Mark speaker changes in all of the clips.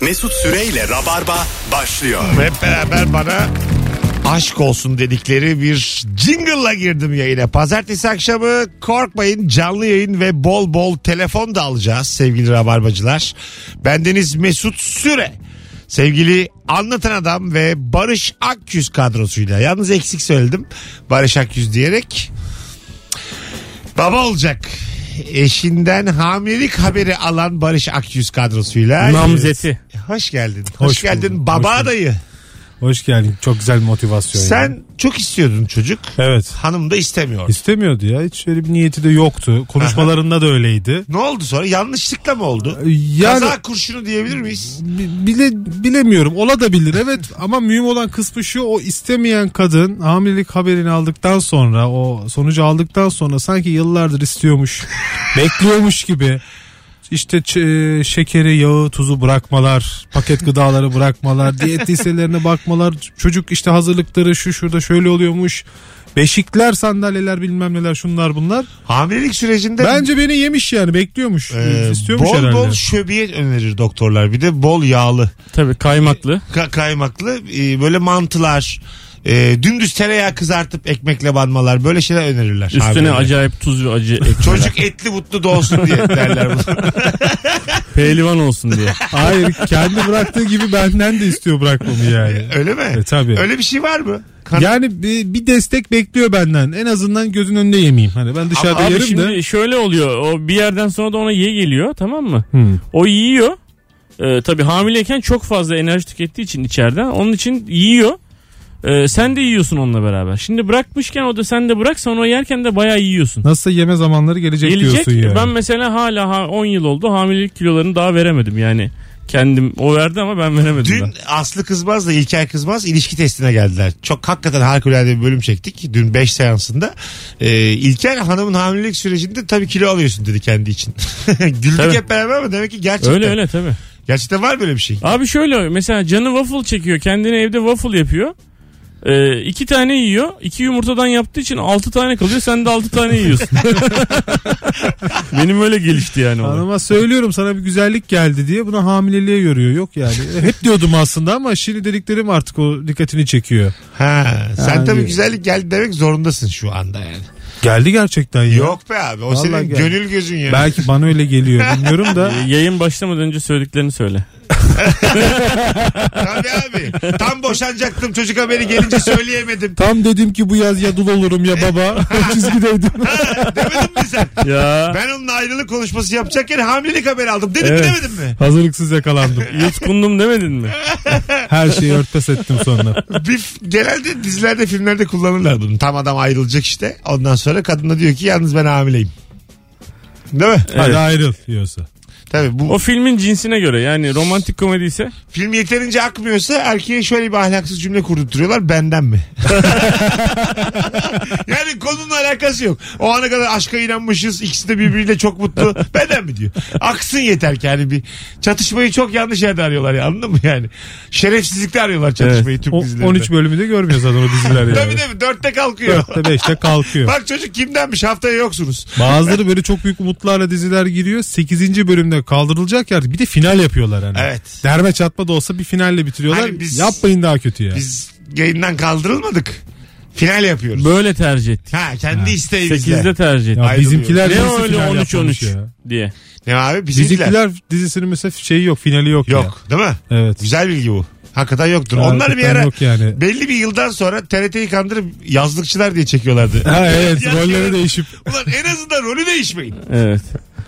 Speaker 1: Mesut Süreyle Rabarba başlıyor.
Speaker 2: Hep beraber bana aşk olsun dedikleri bir jingle'la girdim yayına. Pazartesi akşamı korkmayın canlı yayın ve bol bol telefon da alacağız sevgili rabarbacılar. Bendeniz Mesut Süre. Sevgili Anlatan Adam ve Barış Akyüz kadrosuyla. Yalnız eksik söyledim Barış Akyüz diyerek. Baba olacak. Eşinden hamilelik haberi alan Barış Akyüz kadrosuyla.
Speaker 3: Namzeti.
Speaker 2: Hoş geldin. Hoş,
Speaker 3: Hoş
Speaker 2: geldin
Speaker 3: bulduk.
Speaker 2: baba
Speaker 3: Hoş bulduk.
Speaker 2: adayı.
Speaker 3: Hoş geldin. Çok güzel bir motivasyon. ya.
Speaker 2: Sen çok istiyordun çocuk.
Speaker 3: Evet.
Speaker 2: Hanım da istemiyordu.
Speaker 3: İstemiyordu ya. Hiç öyle bir niyeti de yoktu. Konuşmalarında da öyleydi.
Speaker 2: Ne oldu sonra? Yanlışlıkla mı oldu?
Speaker 3: Yani
Speaker 2: Kaza kurşunu diyebilir miyiz?
Speaker 3: bi- bile bilemiyorum. Ola da bilir evet ama mühim olan kısmı şu o istemeyen kadın hamilelik haberini aldıktan sonra o sonucu aldıktan sonra sanki yıllardır istiyormuş. bekliyormuş gibi. İşte ç- e, şekeri, yağı, tuzu bırakmalar, paket gıdaları bırakmalar, diyet listelerine bakmalar, çocuk işte hazırlıkları şu şurada şöyle oluyormuş. Beşikler, sandalyeler bilmem neler şunlar bunlar.
Speaker 2: Hamilelik sürecinde
Speaker 3: Bence beni yemiş yani bekliyormuş.
Speaker 2: e,
Speaker 3: istiyormuş
Speaker 2: bol
Speaker 3: herhalde.
Speaker 2: bol şöbiyet önerir doktorlar. Bir de bol yağlı,
Speaker 4: Tabii kaymaklı.
Speaker 2: ka- kaymaklı, e, böyle mantılar, e, dümdüz tereyağı kızartıp ekmekle banmalar böyle şeyler önerirler.
Speaker 4: Üstüne
Speaker 2: hamilelere.
Speaker 4: acayip tuz ve acı ekmeler.
Speaker 2: Çocuk etli butlu doğsun diye derler bunu.
Speaker 4: Pehlivan olsun diye.
Speaker 3: Hayır kendi bıraktığı gibi benden de istiyor bırakmamı yani.
Speaker 2: Öyle mi?
Speaker 3: E, tabii.
Speaker 2: Öyle bir şey var mı? Kan-
Speaker 3: Yani bir, bir destek bekliyor benden. En azından gözün önünde yemeyeyim. Hani ben dışarıda
Speaker 4: Abi
Speaker 3: yerim
Speaker 4: şimdi
Speaker 3: de.
Speaker 4: şöyle oluyor. O bir yerden sonra da ona ye geliyor tamam mı?
Speaker 3: Hmm.
Speaker 4: O yiyor. Ee, tabii hamileyken çok fazla enerji tükettiği için içeriden. Onun için yiyor. Ee, sen de yiyorsun onunla beraber. Şimdi bırakmışken o da sen de bırak sonra yerken de bayağı yiyorsun.
Speaker 3: Nasılsa yeme zamanları gelecek,
Speaker 4: Gelecek.
Speaker 3: diyorsun yani.
Speaker 4: Ben mesela hala ha- 10 yıl oldu hamilelik kilolarını daha veremedim yani. Kendim o verdi ama ben veremedim. daha.
Speaker 2: Dün Aslı Kızmaz da İlker Kızmaz ilişki testine geldiler. Çok hakikaten harikulade bir bölüm çektik. Dün 5 seansında. Ee, İlker hanımın hamilelik sürecinde tabii kilo alıyorsun dedi kendi için. Güldük
Speaker 4: Tabii.
Speaker 2: hep beraber ama demek ki gerçekten.
Speaker 4: Öyle öyle tabii.
Speaker 2: Gerçekten var böyle bir şey.
Speaker 4: Abi şöyle mesela canı waffle çekiyor. Kendine evde waffle yapıyor. Ee, iki tane yiyor. İki yumurtadan yaptığı için altı tane kalıyor. Sen de altı tane yiyorsun. Benim öyle gelişti yani. olay.
Speaker 3: Hanıma söylüyorum sana bir güzellik geldi diye buna hamileliğe yoruyor. Yok yani. E, Hep diyordum aslında ama şimdi dediklerim artık o dikkatini çekiyor.
Speaker 2: Ha, sen
Speaker 3: Yani-
Speaker 2: tabii güzellik geldi demek zorundasın şu anda yani.
Speaker 3: Geldi gerçekten ya.
Speaker 2: Yok be abi o
Speaker 3: Vallahi
Speaker 2: senin
Speaker 3: geldi.
Speaker 2: gönül gözün ya.
Speaker 3: Belki bana öyle geliyor bilmiyorum da.
Speaker 4: Ee, Yayın başlamadan önce söylediklerini söyle.
Speaker 2: Tabii abi. Tam boşanacaktım çocuk haberi gelince söyleyemedim.
Speaker 3: Tam dedim ki bu yaz ya dul olurum ya baba. O çizgideydim.
Speaker 2: Demedin mi sen?
Speaker 4: Ya
Speaker 2: Ben onunla ayrılık konuşması yapacakken hamilelik haberi aldım. Dedim mi
Speaker 3: Evet.
Speaker 2: demedim mi?
Speaker 3: Hazırlıksız yakalandım.
Speaker 4: yutkundum demedin mi?
Speaker 3: Her şeyi örtbas ettim sonra.
Speaker 2: bir, genelde dizilerde filmlerde kullanırlar bunu. Tam adam ayrılacak işte. Ondan sonra kadın da diyor ki yalnız ben hamileyim. Değil mi?
Speaker 3: Hadi ayrıl diyorsa.
Speaker 2: Tabii bu
Speaker 4: O filmin cinsine göre yani romantik komedi ise
Speaker 2: film yeterince akmıyorsa erkeğe şöyle bir ahlaksız cümle kurdurtuyorlar. Benden mi? yani konunun alakası yok. O ana kadar aşka inanmışız. İkisi de birbiriyle çok mutlu. Benden mi diyor. Aksın yeter ki yani bir çatışmayı çok yanlış yerde arıyorlar ya anladın mı yani? Şerefsizlikte arıyorlar çatışmayı Türk
Speaker 3: O-
Speaker 2: dizilerinde.
Speaker 3: 13 bölümü de görmüyor zaten o diziler
Speaker 2: Tabii
Speaker 3: yani.
Speaker 2: tabii dörtte kalkıyor.
Speaker 3: 4'te 5'te kalkıyor.
Speaker 2: Bak çocuk kimdenmiş haftaya yoksunuz.
Speaker 3: Bazıları böyle çok büyük umutlarla diziler giriyor. 8. bölümde kaldırılacak yer. Bir de final yapıyorlar hani.
Speaker 2: Evet.
Speaker 3: Derme çatma da olsa bir finalle bitiriyorlar.
Speaker 2: Hani biz-
Speaker 3: Yapmayın daha kötü ya.
Speaker 2: Biz yayından kaldırılmadık. Final yapıyoruz.
Speaker 4: böyle tercih ettik.
Speaker 2: Ha kendi isteğimizle.
Speaker 4: 8'de tercih ettik.
Speaker 3: ya
Speaker 2: ayrılıyor.
Speaker 3: bizimkiler
Speaker 4: Ne
Speaker 3: dizisi
Speaker 4: öyle
Speaker 3: final
Speaker 4: 13
Speaker 3: yapmamış
Speaker 4: 13
Speaker 3: ya.
Speaker 4: diye.
Speaker 2: Ne abi bizimkiler.
Speaker 3: Bizimkiler dizisinin mesela şeyi yok, finali yok. ya.
Speaker 2: Yok değil mi?
Speaker 3: Evet.
Speaker 2: Güzel bilgi bu. Hakikaten yoktur. Onlar bir
Speaker 3: Hakikaten
Speaker 2: ara
Speaker 3: yok yani.
Speaker 2: belli bir yıldan sonra TRT'yi kandırıp yazlıkçılar diye çekiyorlardı.
Speaker 3: Ha evet,
Speaker 2: Ya, şey
Speaker 3: rolleri
Speaker 2: ya.
Speaker 3: değişip
Speaker 2: Ulan en azından rolü değişmeyin.
Speaker 4: Evet.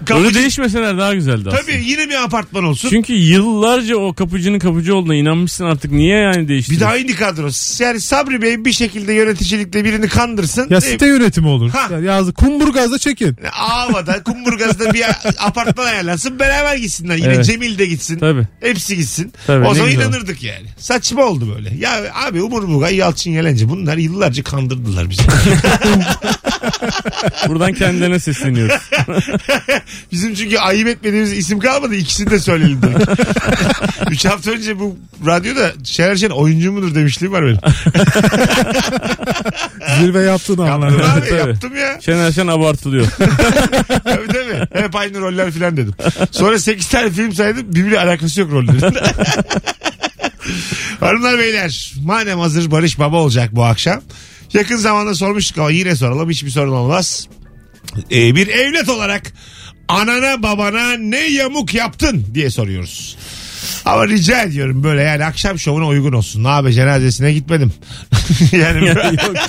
Speaker 2: Kapıcı-
Speaker 4: Öyle değişmeseler daha güzeldi aslında.
Speaker 2: Tabii yine bir apartman olsun.
Speaker 4: Çünkü yıllarca o kapıcının kapıcı olduğuna inanmışsın artık niye yani değiştirdin?
Speaker 2: Bir daha aynı kadro. Yani Sabri Bey bir şekilde yöneticilikte birini kandırsın.
Speaker 3: Ya
Speaker 2: Ee,
Speaker 3: site yönetimi olur.
Speaker 2: Ha.
Speaker 3: Ya yazdı. Kumburgaz'da çekin.
Speaker 2: Ağva'da, Kumburgaz'da bir apartman ayarlansın. Beraber gitsinler. Yine
Speaker 4: Evet.
Speaker 2: Cemil de gitsin.
Speaker 4: Tabii.
Speaker 2: Hepsi gitsin.
Speaker 4: Tabii,
Speaker 2: o
Speaker 4: ne
Speaker 2: zaman
Speaker 4: güzel.
Speaker 2: inanırdık yani. Saçma oldu böyle. Ya abi Umur Bugay, Yalçın Yelence bunlar yıllarca kandırdılar bizi.
Speaker 4: Buradan kendilerine sesleniyoruz.
Speaker 2: Bizim çünkü ayıp etmediğimiz isim kalmadı. İkisini de söyleyelim dedik. Üç hafta önce bu radyoda Şener Şen oyuncu mudur demişliğim var benim.
Speaker 3: Zirve yaptığını anladım.
Speaker 4: Tabii,
Speaker 2: Abi
Speaker 4: tabii.
Speaker 2: yaptım ya.
Speaker 4: Şener Şen abartılıyor.
Speaker 2: Tabii tabii. Hep aynı roller filan dedim. Sonra 8 tane film saydım. Birbiriyle alakası yok rollerin. Hanımlar beyler madem hazır Barış Baba olacak bu akşam. Yakın zamanda sormuştuk ama yine soralım hiçbir sorun olmaz. Ee, bir evlat olarak anana babana ne yamuk yaptın diye soruyoruz. Ama rica ediyorum böyle yani akşam şovuna uygun olsun. Ne abi cenazesine gitmedim. yani
Speaker 4: Yok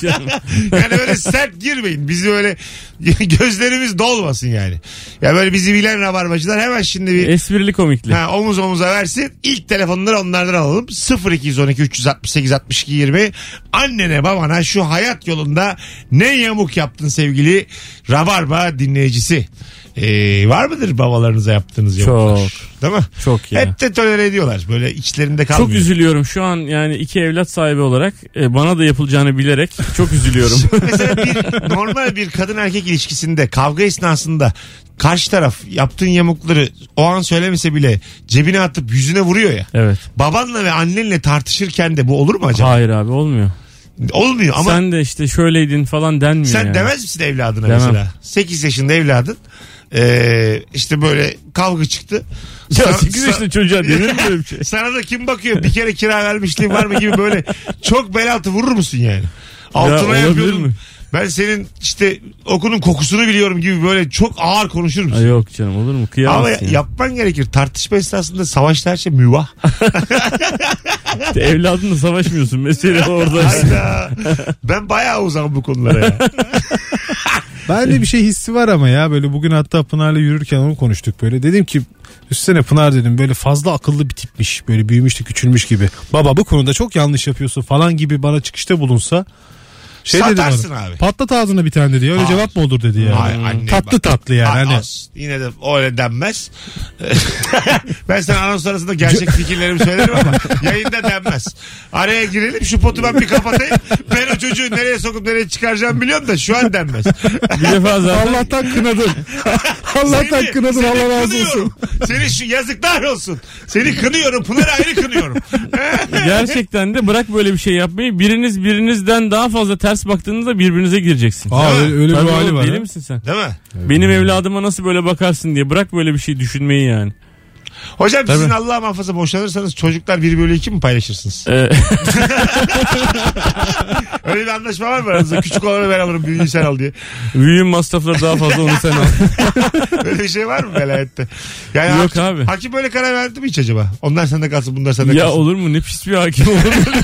Speaker 4: canım.
Speaker 2: yani böyle sert girmeyin. Bizi böyle gözlerimiz dolmasın yani. Ya böyle bizi bilen rabarbacılar hemen şimdi bir
Speaker 4: Esprili komikli.
Speaker 2: ha, omuz omuza versin. İlk telefonları onlardan alalım. 0212 368 62 20. Annene babana şu hayat yolunda ne yamuk yaptın sevgili rabarba dinleyicisi. Ee, var mıdır babalarınıza yaptığınız yamuklar? Değil mi?
Speaker 4: Çok ya.
Speaker 2: Hep de tolere ediyorlar. Böyle içlerinde kalmıyor.
Speaker 4: Çok üzülüyorum şu an yani iki evlat sahibi olarak e, bana da yapılacağını bilerek çok üzülüyorum.
Speaker 2: Mesela bir normal bir kadın erkek ilişkisinde kavga esnasında karşı taraf yaptığın yamukları o an söylemese bile cebine atıp yüzüne vuruyor ya.
Speaker 4: evet.
Speaker 2: Babanla ve annenle tartışırken de bu olur mu acaba?
Speaker 4: Hayır abi olmuyor.
Speaker 2: Olmuyor ama sen,
Speaker 4: Sen de işte şöyleydin falan denmiyor yani.
Speaker 2: demez misin evladına
Speaker 4: Demem.
Speaker 2: mesela? 8 yaşında evladın ee, işte böyle kavga çıktı.
Speaker 4: Ya
Speaker 2: Sana-
Speaker 4: 8 yaşında çocuğa denir mi böyle bir şey?
Speaker 2: sana da kim bakıyor bir kere kira vermişliğin var mı gibi böyle çok bel altı vurur musun yani? Altına
Speaker 4: olabilir
Speaker 2: yapıyordun.
Speaker 4: mi?
Speaker 2: Ben senin işte okunun kokusunu biliyorum gibi böyle çok ağır konuşur
Speaker 4: Ay
Speaker 2: musun?
Speaker 4: yok canım olur mu?
Speaker 2: Ama
Speaker 4: Kıyamazsın. ya.
Speaker 2: yapman gerekir. Tartışma esnasında savaşta her şey mübah.
Speaker 4: Evladınla savaşmıyorsun. Mesela orada.
Speaker 2: Hayda. ben bayağı uzağım bu konulara ya.
Speaker 3: Bende bir şey hissi var ama ya böyle bugün hatta Pınar'la yürürken onu konuştuk böyle. Dedim ki üstüne Pınar dedim böyle fazla akıllı bir tipmiş. Böyle büyümüş de küçülmüş gibi. Baba bu konuda çok yanlış yapıyorsun falan gibi bana çıkışta bulunsa. Şey dedim
Speaker 2: Satarsın
Speaker 3: ona,
Speaker 2: abi.
Speaker 3: Patlat ağzına bir tane dedi. ya. Öyle
Speaker 2: Hayır.
Speaker 3: cevap mı olur dedi yani.
Speaker 2: Hayır, anne,
Speaker 3: tatlı
Speaker 2: bak.
Speaker 3: tatlı yani.
Speaker 2: Aa,
Speaker 3: Hani,
Speaker 2: as. Yine de öyle denmez. ben sana anons arasında gerçek fikirlerimi söylerim ama yayında denmez. Araya girelim şu potu ben bir kapatayım. Ben o çocuğu nereye sokup nereye çıkaracağım biliyorum da şu an denmez.
Speaker 4: bir defa zaten
Speaker 3: Allah'tan kınadım. Allah'tan
Speaker 2: Seni-
Speaker 3: kınadım.
Speaker 2: seni
Speaker 3: Allah razı
Speaker 2: kınıyorum.
Speaker 3: olsun.
Speaker 2: Seni şu yazıklar olsun. Seni kınıyorum. Pınar'ı ayrı kınıyorum.
Speaker 4: gerçekten de bırak böyle bir şey yapmayı. Biriniz birinizden daha fazla ters baktığınızda birbirinize gireceksiniz.
Speaker 3: Aa,
Speaker 2: Değil mi?
Speaker 3: öyle öyle bir
Speaker 4: Tabii
Speaker 3: hali
Speaker 4: oğlum,
Speaker 3: var.
Speaker 4: Deli
Speaker 3: ha.
Speaker 4: misin sen?
Speaker 2: Değil mi?
Speaker 4: Benim evladıma nasıl böyle bakarsın diye bırak böyle bir şey düşünmeyi yani.
Speaker 2: Hocam sizin Allah muhafaza boşanırsanız çocuklar 1 bölü 2 mi paylaşırsınız?
Speaker 4: Ee,
Speaker 2: Öyle bir anlaşma var mı aranızda? Küçük olanı ben alırım büyüğünü sen al diye.
Speaker 4: büyüğün masrafları daha fazla onu sen al.
Speaker 2: Öyle bir şey var mı velayette? Yani
Speaker 4: Yok
Speaker 2: hakim,
Speaker 4: abi.
Speaker 2: Hakim böyle karar verdi mi hiç acaba? Onlar sende kalsın bunlar sende
Speaker 4: ya
Speaker 2: kalsın.
Speaker 4: olur mu ne pis bir hakim olur mu?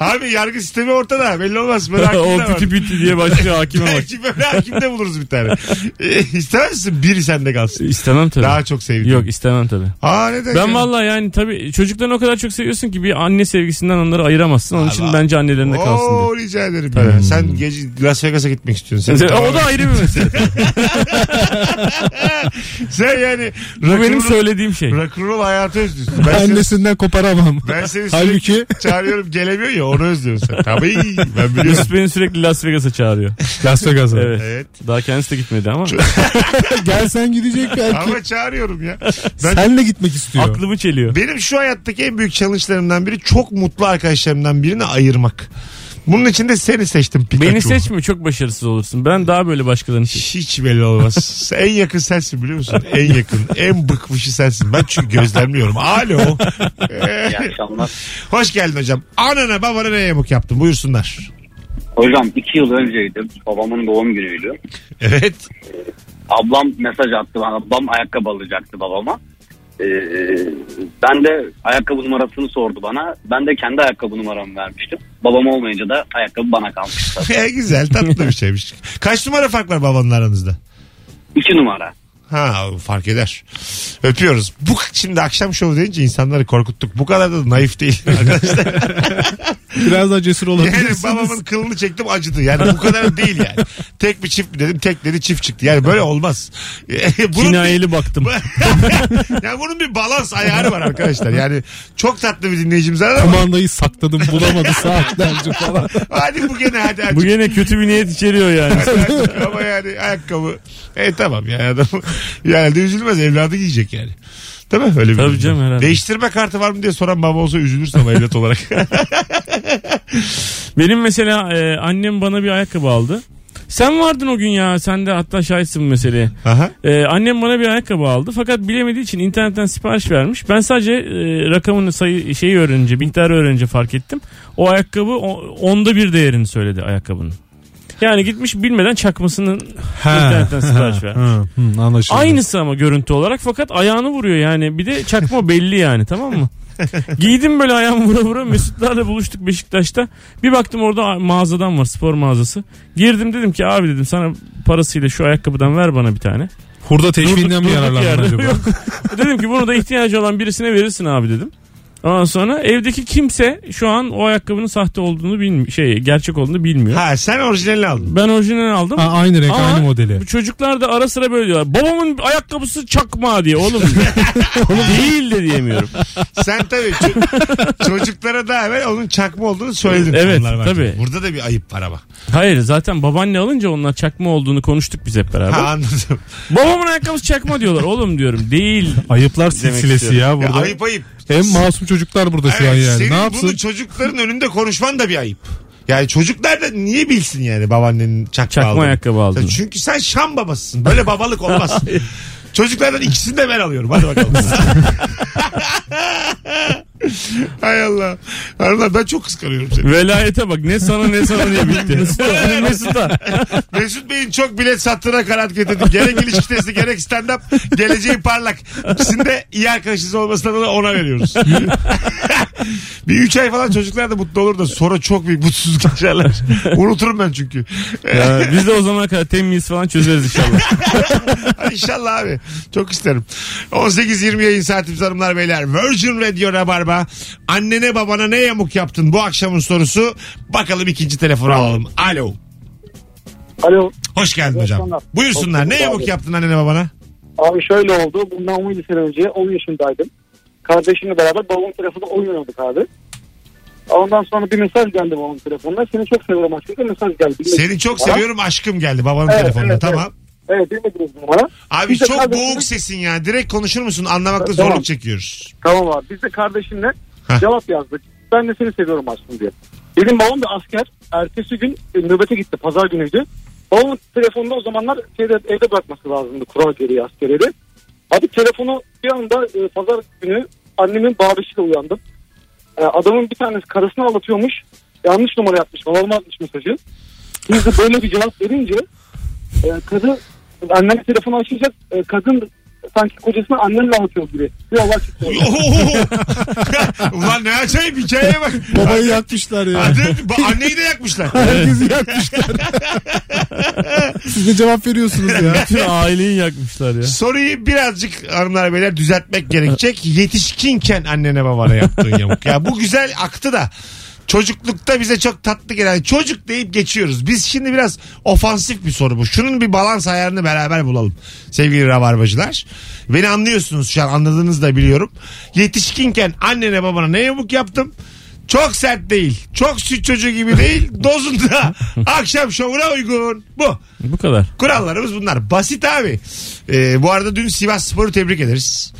Speaker 2: Abi yargı sistemi ortada belli olmaz. Böyle hakim de
Speaker 4: o
Speaker 2: var.
Speaker 4: piti piti diye başlıyor hakime bak.
Speaker 2: Belki böyle hakim de buluruz bir tane. E, ister misin biri sende kalsın?
Speaker 4: İstemem tabii.
Speaker 2: Daha çok sevdiğim.
Speaker 4: Yok istemem tabii.
Speaker 2: Aa ne demek?
Speaker 4: Ben vallahi yani tabii çocuklarını o kadar çok seviyorsun ki bir anne sevgisinden onları ayıramazsın. Onun için
Speaker 2: Allah.
Speaker 4: bence annelerinde kalsın diye.
Speaker 2: Oo rica ederim. Ya. Sen gece Las Vegas'a gitmek istiyorsun. Sen,
Speaker 4: Mesela- o da ayrı bir mesele.
Speaker 2: sen yani
Speaker 4: Bu benim
Speaker 2: rock'n'roll
Speaker 4: söylediğim şey.
Speaker 2: rock'n'roll hayatı özlüyorsun. Ben seni,
Speaker 3: Annesinden koparamam.
Speaker 2: ben seni sürekli
Speaker 3: Halbuki
Speaker 2: çağırıyorum gelemiyor ya onu özlüyorsun sen. Tabii ben biliyorum.
Speaker 4: Yusuf beni sürekli Las Vegas'a çağırıyor.
Speaker 3: Las Vegas'a.
Speaker 4: Evet.
Speaker 2: Evet.
Speaker 4: Daha kendisi de gitmedi ama.
Speaker 3: Gelsen gidecek belki.
Speaker 2: Ama çağırıyorum ya. Ben
Speaker 3: Senle gitmek istiyor.
Speaker 4: Aklımı çeliyor.
Speaker 2: Benim şu hayattaki en büyük challenge'larımdan biri çok mutlu arkadaşlarımdan birini ayırmak. Bunun için de seni seçtim Pikachu.
Speaker 4: Beni seçme çok başarısız olursun. Ben daha böyle başkalarını seç-
Speaker 2: Hiç belli olmaz. en yakın sensin biliyor musun? En yakın, en bıkmışı sensin. Ben çünkü gözlemliyorum. Alo.
Speaker 5: İyi akşamlar.
Speaker 2: Hoş geldin hocam. Anana babana ne yamuk yaptın? Buyursunlar.
Speaker 5: Hocam iki yıl önceydi. Babamın doğum günüydü.
Speaker 2: Evet.
Speaker 5: Ablam mesaj attı bana. Ablam ayakkabı alacaktı babama. Ee, ben de ayakkabı numarasını sordu bana. Ben de kendi ayakkabı numaramı vermiştim. Babam olmayınca da ayakkabı bana kalmıştı.
Speaker 2: E, güzel tatlı bir şeymiş. Kaç numara fark var babanla aranızda?
Speaker 5: İki numara.
Speaker 2: Ha fark eder. Öpüyoruz. Bu şimdi akşam şovu deyince insanları korkuttuk. Bu kadar da naif değil arkadaşlar.
Speaker 3: Biraz daha cesur
Speaker 2: Yani
Speaker 3: olabilirsiniz.
Speaker 2: babamın kılını çektim acıdı. Yani bu kadar değil yani. Tek bir çift mi dedim tek dedi çift çıktı. Yani böyle olmaz. E, bunun, bir,
Speaker 4: Kinayeli baktım.
Speaker 2: yani bunun bir balans ayarı var arkadaşlar. Yani çok tatlı bir dinleyicimiz var ama
Speaker 3: Kumandayı sakladım bulamadı saatlerce falan.
Speaker 2: hadi bu gene hadi hadi.
Speaker 4: Bu gene kötü bir niyet içeriyor yani.
Speaker 2: Ayakkabı ama yani ayakkabı. E tamam yani adam yani de üzülmez evladı giyecek yani. Değil mi? Öyle bir
Speaker 4: Tabii
Speaker 2: durum
Speaker 4: canım,
Speaker 2: var.
Speaker 4: herhalde.
Speaker 2: Değiştirme kartı var mı diye soran baba olsa üzülürsem evlat olarak.
Speaker 4: Benim mesela e, annem bana bir ayakkabı aldı. Sen vardın o gün ya. Sen de hatta şahitsin bu meseleye.
Speaker 2: Aha.
Speaker 4: E, annem bana bir ayakkabı aldı. Fakat bilemediği için internetten sipariş vermiş. Ben sadece e, rakamını sayı şeyi öğrenince, miktarı öğrenince fark ettim. O ayakkabı o- onda bir değerini söyledi ayakkabının. Yani gitmiş bilmeden çakmasının internetten sipariş vermiş.
Speaker 3: ha, hı, anlaşıldı.
Speaker 4: Aynısı ama görüntü olarak fakat ayağını vuruyor yani. Bir de çakma belli yani tamam mı? Giydim böyle ayağımı vura vura Mesutlarla buluştuk Beşiktaş'ta. Bir baktım orada mağazadan var spor mağazası. Girdim dedim ki abi dedim sana parasıyla şu ayakkabıdan ver bana bir tane.
Speaker 3: Hurda teşviğinden mi
Speaker 4: Durduk
Speaker 3: yararlandın
Speaker 4: yerde.
Speaker 3: acaba?
Speaker 4: Yok. dedim ki bunu da ihtiyacı olan birisine verirsin abi dedim. Ondan sonra evdeki kimse şu an o ayakkabının sahte olduğunu bilmiyor. Şey gerçek olduğunu bilmiyor.
Speaker 2: Ha sen orijinalini aldın.
Speaker 4: Ben orijinal aldım.
Speaker 3: Ha, aynı renk
Speaker 4: Ama
Speaker 3: aynı modeli.
Speaker 4: Bu çocuklar da ara sıra böyle diyorlar. Babamın ayakkabısı çakma diye oğlum. oğlum değil de diyemiyorum.
Speaker 2: Sen tabii ço- çocuklara daha evvel onun çakma olduğunu söyledin.
Speaker 4: Evet,
Speaker 2: Onlar var.
Speaker 4: tabii.
Speaker 2: Burada da bir ayıp var ama.
Speaker 4: Hayır zaten babaanne alınca onlar çakma olduğunu konuştuk biz hep beraber.
Speaker 2: Ha anladım.
Speaker 4: Babamın ayakkabısı çakma diyorlar oğlum diyorum. Değil.
Speaker 3: Ayıplar silsilesi ya
Speaker 2: Ya
Speaker 3: burada.
Speaker 2: ayıp ayıp.
Speaker 3: Hem masum çocuklar burada şu an
Speaker 2: Evet,
Speaker 3: yani.
Speaker 2: senin
Speaker 3: Ne
Speaker 2: bunu
Speaker 3: yapsın?
Speaker 2: çocukların önünde konuşman da bir ayıp. Yani çocuklar da niye bilsin yani babaannenin çakma,
Speaker 4: Çakma
Speaker 2: aldığını?
Speaker 4: ayakkabı aldın.
Speaker 2: Sen- Çünkü sen şam babasısın. Böyle babalık olmaz. Çocuklardan ikisini de ben alıyorum. Hadi bakalım. Hay Allah. Arılar ben çok kıskanıyorum seni.
Speaker 4: Velayete bak ne sana ne sana diye bitti. Mesut'a, Mesut'a.
Speaker 2: Mesut Bey'in çok bilet sattığına kanaat getirdim. Gerek ilişki testi gerek stand-up. Geleceği parlak. İkisinde iyi arkadaşınız olmasına da ona veriyoruz. bir üç ay falan çocuklar da mutlu olur da sonra çok büyük mutsuz geçerler. Unuturum ben çünkü.
Speaker 4: Ya biz de o zamana kadar temiz falan çözeriz inşallah.
Speaker 2: İnşallah abi. Çok isterim. 18-20 yayın saatimiz hanımlar beyler. Virgin Radio Rabarba. Annene babana ne yamuk yaptın bu akşamın sorusu. Bakalım ikinci telefonu alalım. Alo.
Speaker 6: Alo.
Speaker 2: Hoş geldin
Speaker 6: İyi
Speaker 2: hocam.
Speaker 6: akşamlar. Hoş
Speaker 2: Buyursunlar.
Speaker 6: bulduk
Speaker 2: Ne
Speaker 6: abi.
Speaker 2: yamuk yaptın annene babana?
Speaker 6: Abi şöyle oldu. Bundan 17 sene önce 10 yaşındaydım. Kardeşimle beraber babamın telefonunda oyun oynadık abi. Ondan sonra bir mesaj geldi babamın telefonuna. Seni çok seviyorum aşkım diye mesaj geldi. Bilmediniz
Speaker 2: Seni çok
Speaker 6: mi?
Speaker 2: seviyorum aşkım geldi babanın
Speaker 6: Evet,
Speaker 2: telefonuna.
Speaker 6: evet,
Speaker 2: tamam.
Speaker 6: Evet bilmediniz mi bana?
Speaker 2: Abi
Speaker 6: Biz de
Speaker 2: çok
Speaker 6: kardeşimle-
Speaker 2: boğuk sesin ya. Direkt konuşur musun? Anlamakta
Speaker 6: Evet, tamam.
Speaker 2: zorluk çekiyoruz.
Speaker 6: Tamam abi. Biz de kardeşimle
Speaker 2: Heh.
Speaker 6: cevap yazdık. Ben de seni seviyorum aşkım diye. Benim babam da asker. Ertesi gün e, nöbete gitti. Pazar günüydü. Babamın telefonunda o zamanlar şeyde, evde bırakması lazımdı. Kural gereği askerleri. Abi telefonu bir anda e, pazar günü annemin bağırışıyla uyandım. E, adamın bir tanesi karısını anlatıyormuş. Yanlış numara yapmış. Babama atmış mesajı. Biz de böyle bir cevap verince e, kadın annem telefonu açacak. E, kadın sanki kocasını annemle anlatıyor gibi. Bir olay çıktı.
Speaker 2: Oo! Ulan ne acayip hikayeye bak.
Speaker 3: Babayı yakmışlar ya.
Speaker 2: Adı, anneyi de yakmışlar.
Speaker 3: Herkesi yakmışlar. Siz de cevap veriyorsunuz ya.
Speaker 4: Bütün aileyi yakmışlar ya.
Speaker 2: Soruyu birazcık hanımlar beyler düzeltmek gerekecek. Yetişkinken annene babana yaptığın yamuk. Ya bu güzel aktı da çocuklukta bize çok tatlı gelen çocuk deyip geçiyoruz. Biz şimdi biraz ofansif bir soru bu. Şunun bir balans ayarını beraber bulalım sevgili rabarbacılar. Beni anlıyorsunuz şu an anladığınızı da biliyorum. Yetişkinken annene babana ne yamuk yaptım? Çok sert değil. Çok süt çocuğu gibi değil. Dozunda. Akşam şovuna uygun. Bu.
Speaker 4: Bu kadar.
Speaker 2: Kurallarımız bunlar. Basit abi. Ee, bu arada dün Sivas Spor'u tebrik ederiz.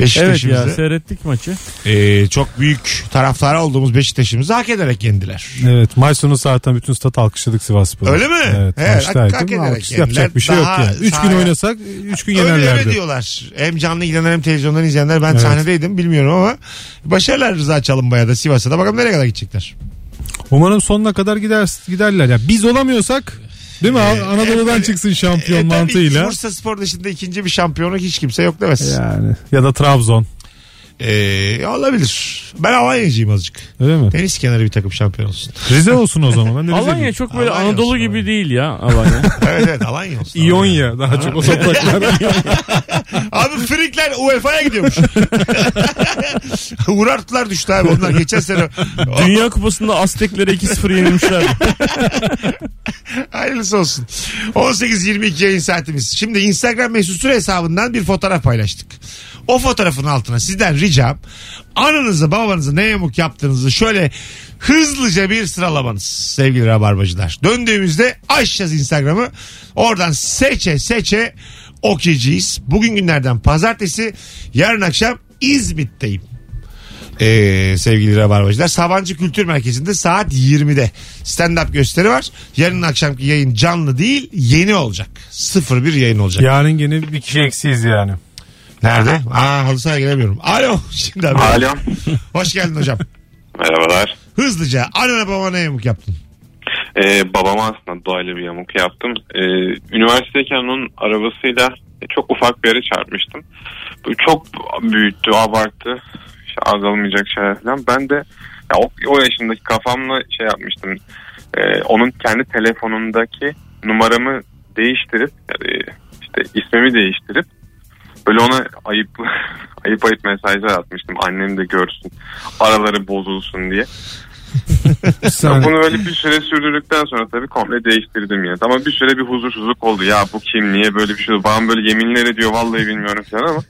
Speaker 4: Evet ya
Speaker 2: Beşiktaş'ımızı.
Speaker 4: seyrettik maçı.
Speaker 2: Ee, çok büyük taraftarı olduğumuz Beşiktaş'ımızı hak ederek yendiler.
Speaker 3: Evet maç sonu zaten bütün stat alkışladık Sivasspor'u.
Speaker 2: Öyle mi?
Speaker 3: Evet,
Speaker 2: Evet,
Speaker 3: maçtaydı.
Speaker 2: hak- hak ederek
Speaker 3: Alkış
Speaker 2: yendiler.
Speaker 3: yapacak bir şey yok
Speaker 2: Daha
Speaker 3: yani. Üç gün
Speaker 2: sahaya-
Speaker 3: oynasak üç gün
Speaker 2: Öyle, öyle
Speaker 3: yenerlerdi.
Speaker 2: diyorlar. Hem canlı izleyenler hem televizyondan izleyenler. Ben
Speaker 3: Evet.
Speaker 2: sahnedeydim bilmiyorum ama başarılar Rıza Çalınbay'a da Sivas'a da bakalım nereye kadar gidecekler.
Speaker 3: Umarım sonuna kadar gider, giderler. Ya biz olamıyorsak değil mi? Anadolu'dan
Speaker 2: evet.
Speaker 3: çıksın şampiyon
Speaker 2: E, tabii
Speaker 3: mantığıyla.
Speaker 2: Bursa Spor dışında ikinci bir şampiyonu hiç kimse yok demesin.
Speaker 3: Yani ya da Trabzon.
Speaker 2: Ee, olabilir. Ben Alanya'cıyım azıcık.
Speaker 3: Öyle mi?
Speaker 2: Deniz kenarı bir takım şampiyon olsun.
Speaker 3: Rize olsun o zaman. Ben de Rize'liyim.
Speaker 4: Alanya çok böyle
Speaker 2: Alanya
Speaker 4: Anadolu
Speaker 2: olsun,
Speaker 4: gibi
Speaker 2: Alanya.
Speaker 4: değil ya Alanya.
Speaker 2: evet evet Alanya olsun.
Speaker 3: İonya daha çok o topraklar.
Speaker 2: Abi Frikler UEFA'ya gidiyormuş. Urartular düştü abi onlar geçen sene.
Speaker 4: Dünya Kupası'nda Azteklere 2-0 yenilmişler.
Speaker 2: Hayırlısı olsun. 18-22 yayın saatimiz. Şimdi Instagram mesut süre hesabından bir fotoğraf paylaştık. O fotoğrafın altına sizden ricam ananızı babanızı ne yamuk yaptığınızı şöyle hızlıca bir sıralamanız sevgili rabarbacılar. Döndüğümüzde açacağız Instagram'ı. Oradan seçe seçe okuyacağız. Bugün günlerden pazartesi yarın akşam İzmit'teyim ee, sevgili Rabarbacılar. Sabancı Kültür Merkezi'nde saat 20'de stand-up gösteri var. Yarın akşamki yayın canlı değil yeni olacak. 01 yayın olacak.
Speaker 3: Yarın gene bir kişi eksiyiz yani.
Speaker 2: Nerede? Aa halı sahaya gelemiyorum. Alo. Şimdi abi.
Speaker 7: Alo.
Speaker 2: Hoş geldin hocam.
Speaker 7: Merhabalar.
Speaker 2: Hızlıca anana babana yamuk yaptın.
Speaker 7: Ee, babama aslında doğayla bir yamuk yaptım. Ee, üniversiteyken onun arabasıyla çok ufak bir yere çarpmıştım. Bu çok büyüttü, abarttı. İşte az olmayacak şeyler falan. Ben de ya o, o yaşındaki kafamla şey yapmıştım. Ee, onun kendi telefonundaki numaramı değiştirip e, işte ismimi değiştirip böyle ona ayıp ayıp ayıp mesajlar atmıştım. Annem de görsün. Araları bozulsun diye.
Speaker 3: Bir
Speaker 7: Ya
Speaker 3: saniye.
Speaker 7: bunu böyle bir süre sürdürdükten sonra tabii komple değiştirdim ya. Ama bir süre bir huzursuzluk oldu. Ya bu kim niye böyle bir şey oldu? Bana böyle yeminler ediyor vallahi bilmiyorum falan ama.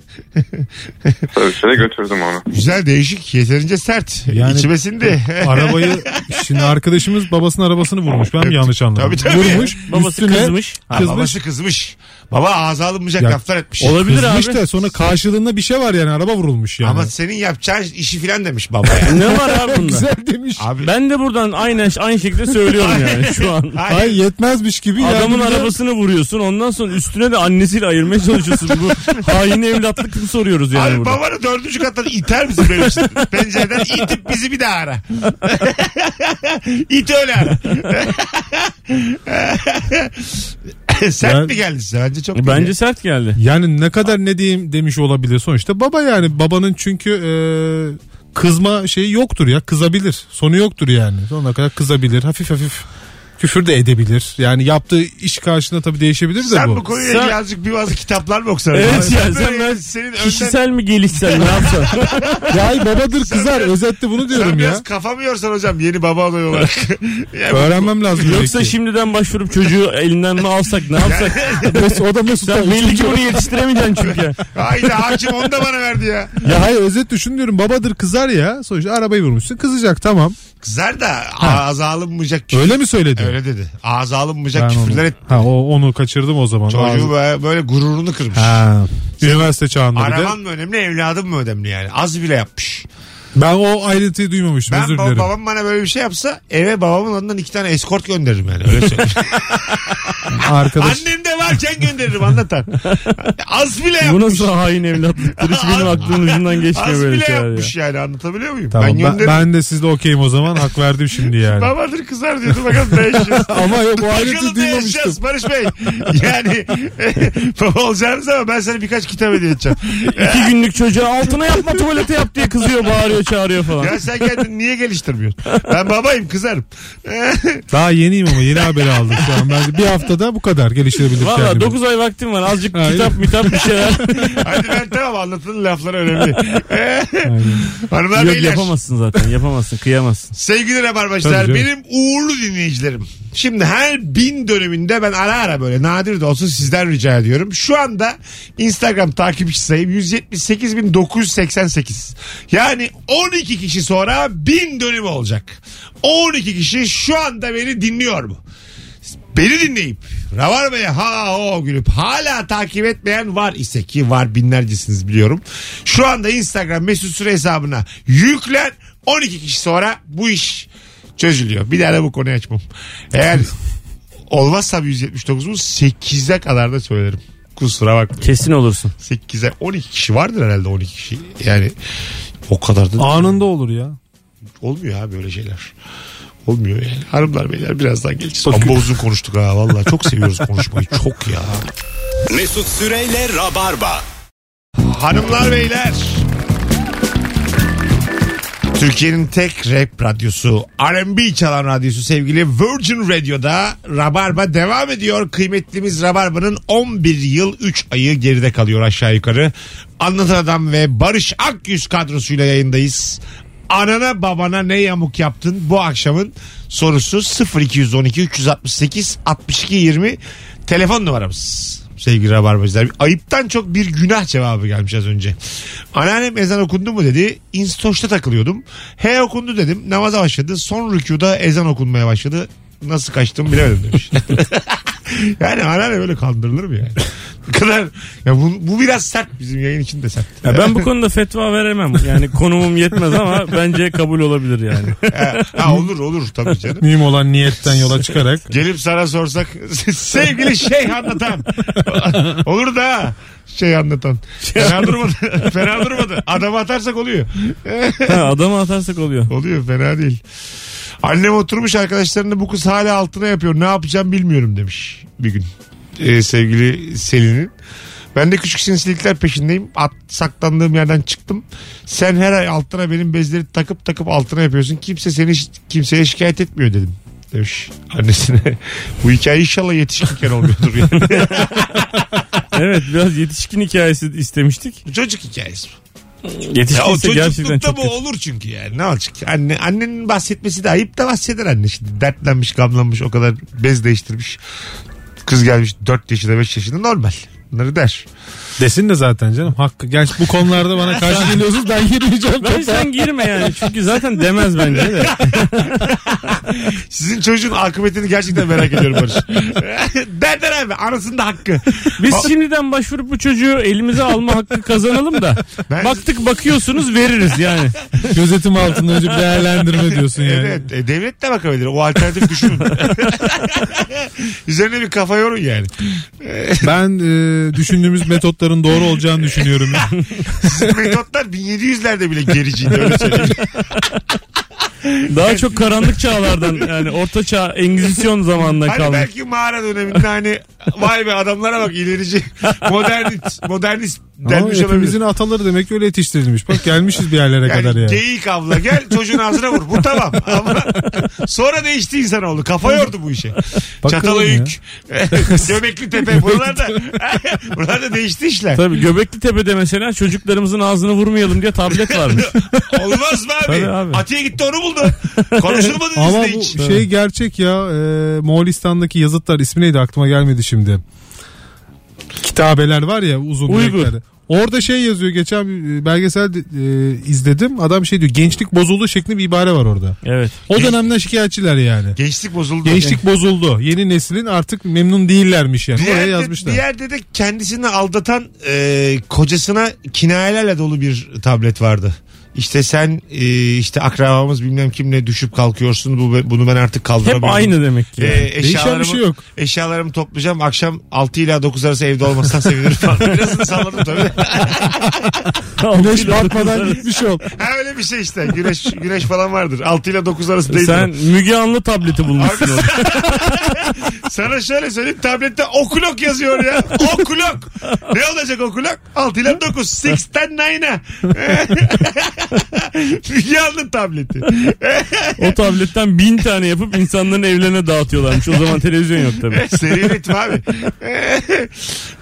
Speaker 7: Sonra bir süre götürdüm onu.
Speaker 2: Güzel değişik yeterince sert.
Speaker 3: Yani-
Speaker 2: İçime sindi.
Speaker 3: Arabayı şimdi arkadaşımız babasının arabasını vurmuş. Ben mi yanlış anladım?
Speaker 2: Tabii, tabii.
Speaker 3: Vurmuş.
Speaker 4: Babası
Speaker 3: üstüne
Speaker 4: kızmış.
Speaker 2: Ha,
Speaker 3: kızmış.
Speaker 2: Babası kızmış. Baba ağza alınmayacak
Speaker 3: Ya,
Speaker 2: laflar etmiş.
Speaker 4: Olabilir
Speaker 3: kızmış
Speaker 4: abi.
Speaker 3: da sonra karşılığında bir şey var yani araba vurulmuş yani.
Speaker 2: Ama senin yapacağın işi filan demiş baba ya.
Speaker 4: Ne var abi bunda?
Speaker 3: Güzel demiş.
Speaker 2: Abi
Speaker 4: Ben de buradan aynı aynı şekilde söylüyorum yani şu an.
Speaker 2: hayır.
Speaker 3: Ay yetmezmiş gibi
Speaker 4: Adamın
Speaker 3: yani.
Speaker 4: arabasını vuruyorsun ondan sonra üstüne de annesiyle ayırmaya çalışıyorsun. Bu hain evlatlık mı soruyoruz yani
Speaker 2: Abi
Speaker 4: burada?
Speaker 2: babanı dördüncü kattan iter misin benim için? Pencereden itip bizi bir daha ara. İt öyle ara. Sert
Speaker 3: Ben-
Speaker 2: mi geldi size? Bence çok
Speaker 4: Bence
Speaker 2: iyi.
Speaker 4: sert geldi.
Speaker 3: Yani ne kadar ne diyeyim demiş olabilir sonuçta. Baba yani babanın çünkü e, kızma şeyi yoktur ya kızabilir. Sonu yoktur yani. Sonuna kadar kızabilir. Hafif hafif küfür de edebilir. Yani yaptığı iş karşısında tabii değişebilir de
Speaker 2: sen bu,
Speaker 3: bu.
Speaker 2: konuyla
Speaker 4: Sen-
Speaker 2: ilgili azıcık bir bazı kitaplar mı oksan?
Speaker 4: Evet
Speaker 2: Abi,
Speaker 4: ya, sen
Speaker 2: böyle
Speaker 4: ben
Speaker 2: senin önden...
Speaker 4: Kişisel mi gelişsel ne yapsan?
Speaker 3: Ya ay babadır kızar. Özetle bunu
Speaker 2: Sen
Speaker 3: diyorum
Speaker 2: biraz
Speaker 3: ya.
Speaker 2: kafamı yorsan hocam yeni baba adayı olarak. Ya bu-
Speaker 3: Öğrenmem lazım.
Speaker 4: Yoksa
Speaker 3: belki.
Speaker 4: şimdiden başvurup çocuğu elinden mi alsak ne yapsak?
Speaker 3: Mes- o da Mesut.
Speaker 4: Sen belli ki bunu yetiştiremeyeceksin çünkü.
Speaker 2: Haydi hakim onu da bana verdi ya.
Speaker 3: Ya hayır özet düşün diyorum. Babadır kızar ya. Sonuçta arabayı vurmuşsun. Kızacak tamam.
Speaker 2: Kızlar da ağza alınmayacak küfür.
Speaker 3: Öyle mi söyledi?
Speaker 2: Öyle dedi. Ağza alınmayacak
Speaker 3: Ben
Speaker 2: küfürler
Speaker 3: onu,
Speaker 2: et.
Speaker 3: ha, o, onu kaçırdım o zaman.
Speaker 2: Çocuğu
Speaker 3: Ağzı-
Speaker 2: böyle, böyle gururunu kırmış.
Speaker 3: Ha. Üniversite çağında bir de.
Speaker 2: Araban mı önemli evladım mı önemli yani. Az bile yapmış.
Speaker 3: Ben o ayrıntıyı duymamıştım
Speaker 2: Ben
Speaker 3: özür
Speaker 2: ba-
Speaker 3: dilerim.
Speaker 2: babam bana böyle bir şey yapsa eve babamın adından iki tane eskort gönderirim yani öyle söyleyeyim.
Speaker 3: Arkadaş
Speaker 2: Annem de varken gönderirim anlatan. Az bile
Speaker 4: Bu
Speaker 2: yapmış.
Speaker 4: nasıl hain evlatlıktır hiç benim aklımın ucundan geçmiyor
Speaker 2: Az
Speaker 4: böyle
Speaker 2: bile
Speaker 4: şeyler ya.
Speaker 2: yapmış yani anlatabiliyor muyum?
Speaker 3: tamam,
Speaker 2: ben
Speaker 3: ben, ben,
Speaker 2: gönderirim.
Speaker 3: de sizde okeyim o zaman hak verdim şimdi yani.
Speaker 2: Babadır kızar diyordu bakalım ne yaşayacağız.
Speaker 3: Ama yok o ayrıntıyı
Speaker 2: Bakalım ne
Speaker 3: duymamıştım.
Speaker 2: yaşayacağız Barış Bey. Yani baba olacağınız ama ben sana birkaç kitap hediye edeceğim.
Speaker 4: İki günlük çocuğa altına yapma tuvalete yap diye kızıyor bağırıyor çağırıyor falan.
Speaker 2: ya sen kendini niye geliştirmiyorsun? Ben babayım kızarım.
Speaker 3: Daha yeniyim ama yeni haberi aldım şu an. Ben de bir haftada bu kadar geliştirebilirim
Speaker 4: Valla
Speaker 3: kendimi.
Speaker 4: 9 ay vaktim var azıcık
Speaker 3: Aynen.
Speaker 4: kitap mitap bir şeyler.
Speaker 2: Hadi ben tamam anlatılan laflar önemli. Hanımlar
Speaker 4: Yok
Speaker 2: beyler.
Speaker 4: yapamazsın zaten yapamazsın kıyamazsın.
Speaker 2: Sevgili
Speaker 3: Tabii
Speaker 2: Rabarbacılar
Speaker 3: canım.
Speaker 2: benim uğurlu dinleyicilerim. Şimdi her bin dönümünde ben ara ara böyle nadir de olsa sizden rica ediyorum. Şu anda Instagram takipçi sayım 178.988. Yani 12 kişi sonra bin dönümü olacak. 12 kişi şu anda beni dinliyor mu? Beni dinleyip Rabarba'ya ha o gülüp hala takip etmeyen var ise ki var binlercesiniz biliyorum. Şu anda Instagram mesut süre hesabına yüklen 12 kişi sonra bu iş çözülüyor. Bir daha da bu konuyu açmam. Eğer olmazsa 179'un 8'e kadar da söylerim. Kusura bakmayın.
Speaker 4: Kesin olursun.
Speaker 2: 8'e 12 kişi vardır herhalde 12 kişi. Yani o kadar da
Speaker 3: Anında olur ya.
Speaker 2: olmuyor abi böyle şeyler. Olmuyor yani. Hanımlar beyler birazdan geleceğiz. Amma uzun konuştuk ha valla. Çok seviyoruz konuşmayı. Çok ya.
Speaker 1: Mesut Süreyle Rabarba.
Speaker 2: Hanımlar beyler. Türkiye'nin tek rap radyosu, R&B çalan radyosu sevgili Virgin Radio'da Rabarba devam ediyor. Kıymetlimiz Rabarba'nın 11 yıl 3 ayı geride kalıyor aşağı yukarı. Anlatan Adam ve Barış Akgüz kadrosuyla yayındayız. Anana babana ne yamuk yaptın bu akşamın sorusu 0212 368 62 20 telefon numaramız sevgili rabarbacılar. Ayıptan çok bir günah cevabı gelmiş az önce. Anneannem ezan okundu mu dedi. İnstoş'ta takılıyordum. He okundu dedim. Namaza başladı. Son rükuda ezan okunmaya başladı. Nasıl kaçtım bilemedim demiş. yani anneanne böyle kandırılır mı yani? Bu kadar ya bu, bu biraz sert bizim yayın için de sert.
Speaker 4: Ya ben bu konuda fetva veremem. Yani konumum yetmez ama bence kabul olabilir yani.
Speaker 2: Ha, ha, olur olur tabii canım.
Speaker 3: Mühim olan niyetten yola çıkarak.
Speaker 2: Gelip sana sorsak sevgili şey anlatan. Olur da şey anlatan. Fena durmadı. fena durmadı. Adamı atarsak oluyor.
Speaker 4: Ha, adamı atarsak oluyor.
Speaker 2: Oluyor fena değil. Annem oturmuş arkadaşlarını bu kız hala altına yapıyor. Ne yapacağım bilmiyorum demiş bir gün. Ee, sevgili Selin'in. Ben de küçük sinsilikler peşindeyim. At, saklandığım yerden çıktım. Sen her ay altına benim bezleri takıp takıp altına yapıyorsun. Kimse seni şi- kimseye şikayet etmiyor dedim. Demiş annesine. Bu hikaye inşallah yetişkinken olmuyordur yani.
Speaker 4: Evet biraz yetişkin hikayesi istemiştik.
Speaker 2: Bu Çocuk hikayesi. bu. Ya o
Speaker 4: Yetişkinse gerçekten
Speaker 2: çocuklukta
Speaker 4: çok
Speaker 2: bu olur çünkü yani. Ne olacak? Anne, annenin bahsetmesi de ayıp da bahseder anne. Şimdi dertlenmiş, gamlanmış, o kadar bez değiştirmiş. Kız gelmiş 4 yaşında 5 yaşında normal. Bunları der.
Speaker 3: Desin de zaten canım. Hakkı. Gerçi bu konularda bana karşı geliyorsunuz ben girmeyeceğim.
Speaker 4: Ben sen girme yani çünkü zaten demez bence de.
Speaker 2: Sizin çocuğun akıbetini gerçekten merak ediyorum Barış. Derler abi anasının da hakkı.
Speaker 4: Biz
Speaker 2: O-
Speaker 4: şimdiden başvurup bu çocuğu elimize alma hakkı kazanalım da.
Speaker 2: Ben-
Speaker 4: Baktık bakıyorsunuz veririz yani.
Speaker 3: Gözetim altında önce bir değerlendirme diyorsun yani.
Speaker 2: Evet e, devlet de bakabilir. O alternatif düşünün. Üzerine bir kafa yorun yani.
Speaker 3: Ben e, düşündüğümüz metotların doğru olacağını düşünüyorum.
Speaker 2: Sizin metotlar 1700'lerde bile gericiydi öyle söyleyeyim.
Speaker 4: Daha çok karanlık çağlardan yani orta çağ Engizisyon zamanından
Speaker 2: Hani
Speaker 4: kalmış.
Speaker 2: belki mağara döneminde hani vay be adamlara bak ilerici modernist, modernist
Speaker 3: Ama
Speaker 2: denmiş olabilir.
Speaker 3: hepimizin ataları demek ki öyle yetiştirilmiş. Bak gelmişiz bir yerlere kadar
Speaker 2: Yani
Speaker 3: yani.
Speaker 2: geyik avla gel çocuğun ağzına vur. Bu tamam ama sonra değişti insanoğlu. Kafa yordu bu işe.
Speaker 3: Bakalım
Speaker 2: Çatalhöyük, Göbekli Tepe buralarda buralarda değişti işler.
Speaker 4: Tabii Göbekli Tepe'de mesela çocuklarımızın ağzını vurmayalım diye tablet varmış.
Speaker 2: Olmaz mı abi?
Speaker 4: Tabii abi.
Speaker 2: Atiye gitti onu buldu. Konuşulmadı
Speaker 3: Ama
Speaker 2: bizde
Speaker 3: bu
Speaker 2: hiç.
Speaker 3: şey gerçek ya. E, Moğolistan'daki yazıtlar ismi neydi aklıma gelmedi şimdi. Kitabeler var ya uzun
Speaker 4: Uygur.
Speaker 3: direkleri. Orada şey yazıyor geçen bir belgesel e, izledim. Adam şey diyor gençlik bozuldu şeklinde bir ibare var orada.
Speaker 4: Evet.
Speaker 3: O dönemden şikayetçiler yani.
Speaker 2: Gençlik bozuldu.
Speaker 3: Gençlik bozuldu. Yeni neslin artık memnun değillermiş yani.
Speaker 2: Bir
Speaker 3: Oraya
Speaker 2: yerde,
Speaker 3: yazmışlar.
Speaker 2: bir yerde de kendisini aldatan e, kocasına kinayelerle dolu bir tablet vardı. İşte sen e, işte akrabamız bilmem kimle düşüp kalkıyorsun bu, bunu ben artık
Speaker 4: Hep
Speaker 2: kaldıramıyorum.
Speaker 4: aynı demek ki.
Speaker 2: E,
Speaker 3: Değişen
Speaker 2: eşyalarımı,
Speaker 3: bir şey yok.
Speaker 2: eşyalarımı toplayacağım akşam 6 ile 9 arası evde olmasından sevinirim falan. Birazını salladım tabii.
Speaker 3: Güneş batmadan gitmiş ol.
Speaker 2: Ha, öyle bir şey işte güneş güneş falan vardır 6 ile 9 arası değil.
Speaker 4: Sen Müge Anlı tableti bulmuşsun orada.
Speaker 2: Sana şöyle söyleyeyim tablette okulok yazıyor ya. Okulok. Ne olacak okulok? 6 ile 9. 6'ten 9'a. Yandın e. tableti.
Speaker 4: O tabletten bin tane yapıp insanların evlerine dağıtıyorlarmış. O zaman televizyon yok tabii.
Speaker 2: Seri ritim abi. E.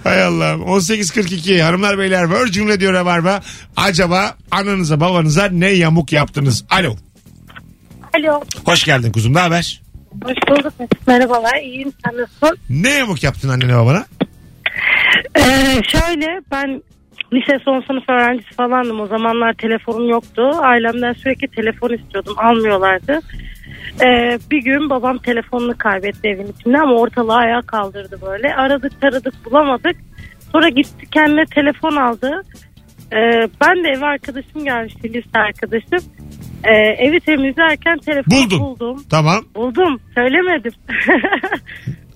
Speaker 2: Hay Allah'ım. 18.42 hanımlar beyler Virgin Radio Rabarba. Acaba ananıza babanıza ne yamuk yaptınız? Alo.
Speaker 8: Alo,
Speaker 2: Hoş geldin kuzum ne haber?
Speaker 8: hoş bulduk Mesut. Merhabalar, iyiyim. Sen nasılsın?
Speaker 2: Ne yamuk yaptın annene babana?
Speaker 8: Ee, şöyle, ben lise son sınıf öğrencisi falandım. O zamanlar telefonum yoktu. Ailemden sürekli telefon istiyordum, almıyorlardı. Ee, bir gün babam telefonunu kaybetti evin içinde ama ortalığı ayağa kaldırdı böyle. Aradık taradık bulamadık. Sonra gitti kendine telefon aldı. Ee, ben de eve arkadaşım gelmişti, lise arkadaşım. Ee, evi temizlerken telefonu
Speaker 2: Buldun.
Speaker 8: buldum.
Speaker 2: Tamam.
Speaker 8: Buldum, söylemedim.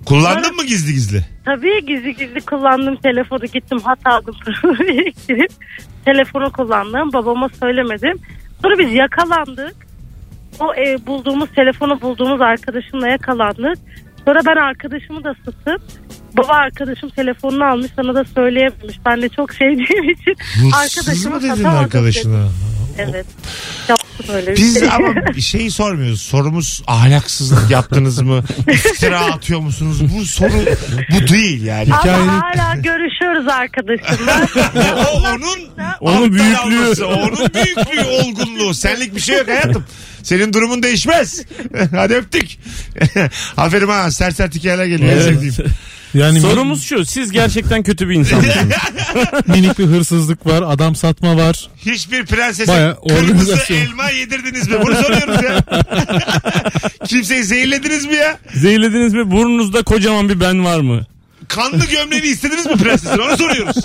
Speaker 2: Kullandın mı gizli gizli?
Speaker 8: Tabii gizli gizli kullandım telefonu gittim hat aldım paramı biriktirip telefonu kullandım babama söylemedim. Sonra biz yakalandık. O e, bulduğumuz telefonu bulduğumuz arkadaşımla yakalandık. Sonra ben arkadaşımı da susup baba arkadaşım telefonunu almış sana da söyleyememiş. Ben de çok şey diyeyim için
Speaker 2: Hırsız mı
Speaker 8: arkadaşımı
Speaker 2: dedin
Speaker 8: satamadım.
Speaker 2: arkadaşına?
Speaker 8: dedim. Evet. Çok Öyle bir
Speaker 2: Biz
Speaker 8: şey.
Speaker 2: ama bir şeyi sormuyoruz. Sorumuz ahlaksızlık yaptınız mı? İftira atıyor musunuz? Bu soru bu değil yani.
Speaker 3: hikayenin-
Speaker 8: Ama hala görüşüyoruz arkadaşımla.
Speaker 2: O onun
Speaker 4: Onun
Speaker 2: aptal
Speaker 4: büyüklüğü.
Speaker 2: alması, Onun büyüklüğü, olgunluğu. Senlik bir şey yok hayatım. Senin durumun değişmez. Hadi öptük. Aferin ha. Sert sert hikayeler geliyor. En
Speaker 4: Evet.
Speaker 2: sevdiğim.
Speaker 3: Yani
Speaker 4: Sorumuz şu. Siz gerçekten kötü bir insansınız.
Speaker 3: minik bir hırsızlık var, adam satma var.
Speaker 2: Hiçbir prensese
Speaker 3: Bayağı
Speaker 2: kırmızı
Speaker 3: organizasyon.
Speaker 2: elma yedirdiniz mi? Bunu soruyoruz ya. Kimseyi zehirlediniz mi ya?
Speaker 4: Zehirlediniz mi? Burnunuzda kocaman bir ben var mı?
Speaker 2: Kanlı gömleğini istediniz mi prensesin? Onu soruyoruz.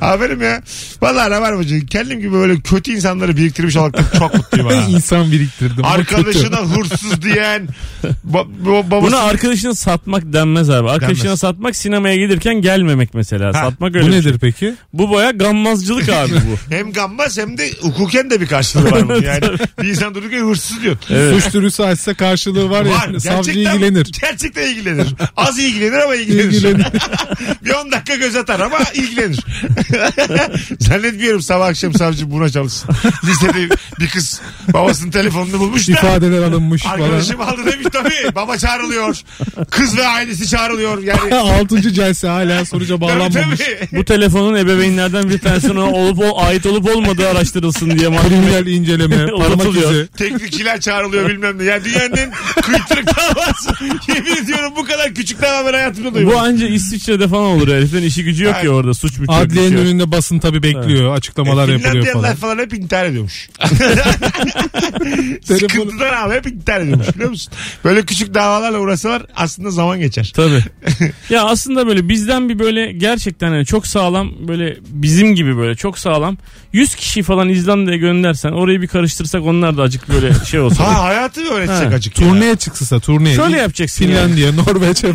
Speaker 2: Aferin ya. Vallahi ne var mı? Kendim gibi böyle kötü insanları biriktirmiş olmaktan çok mutluyum ha.
Speaker 3: İnsan biriktirdim. ama kötü.
Speaker 2: Arkadaşına hırsız diyen ba- ba- babası-
Speaker 4: Buna arkadaşına satmak denmez abi. Arkadaşına
Speaker 2: Denmez.
Speaker 4: satmak sinemaya gelirken gelmemek mesela.
Speaker 2: Ha,
Speaker 4: satmak öyle.
Speaker 3: Bu
Speaker 4: bir şey.
Speaker 3: nedir peki?
Speaker 4: Bu baya gammazcılık abi bu.
Speaker 2: hem gammaz hem de hukuken de bir karşılığı var bunun yani. bir insan durduk yere hırsız diyor.
Speaker 3: Suç dürüsü açsa karşılığı var,
Speaker 2: Var.
Speaker 3: ya. Savcı
Speaker 2: Gerçekten,
Speaker 3: ilgilenir.
Speaker 2: Gerçekten ilgilenir. Az ilgilenir ama ilgilenir.
Speaker 3: İlgilenir.
Speaker 2: bir 10 dakika göz atar ama ilgilenir. Zannetmiyorum sabah akşam savcı buna çalışsın. Lisede bir kız babasının telefonunu bulmuş da.
Speaker 3: İfadeler alınmış falan.
Speaker 2: Arkadaşım aldı demiş tabii. Baba çağrılıyor. Kız ve ailesi çağrılıyor. Yani
Speaker 3: Altıncı celse hala sonuca
Speaker 2: tabii
Speaker 3: bağlanmamış.
Speaker 2: tabii.
Speaker 4: Bu telefonun ebeveynlerden bir tanesine olup o ait olup olmadığı araştırılsın diye mahkeme
Speaker 3: Kriminal inceleme, parmak
Speaker 4: Uzatılıyor.
Speaker 3: izi.
Speaker 2: Teknikçiler çağrılıyor bilmem ne. Yani dünyanın en kıytırık davası. Yemin ediyorum bu kadar küçük dava ben hayatımda
Speaker 4: Bu
Speaker 2: duymadım.
Speaker 4: anca İsviçre'de falan olur herifin işi gücü yok ya orada suç mü
Speaker 3: Adliyenin önünde basın tabii bekliyor. Açıklamalar
Speaker 2: E,
Speaker 3: yapılıyor
Speaker 2: Finlandiyalılar
Speaker 3: falan.
Speaker 2: falan hep intihar ediyormuş.
Speaker 3: Telefonu-
Speaker 2: Sıkıntıdan abi hep intihar ediyormuş biliyor musun? Böyle küçük davalarla uğrasalar aslında zaman geçer.
Speaker 4: Tabii. ya aslında böyle bizden bir böyle gerçekten hani çok sağlam böyle bizim gibi böyle çok sağlam 100 kişi falan İzlanda'ya göndersen orayı bir karıştırsak onlar da acık böyle şey olsa.
Speaker 2: Ha hayatı mı öğretecek
Speaker 4: Ha,
Speaker 2: acık ya?
Speaker 3: Turneye çıksasa turneye.
Speaker 4: Şöyle yapacaksın yani.
Speaker 3: Finlandiya, Norveç hep.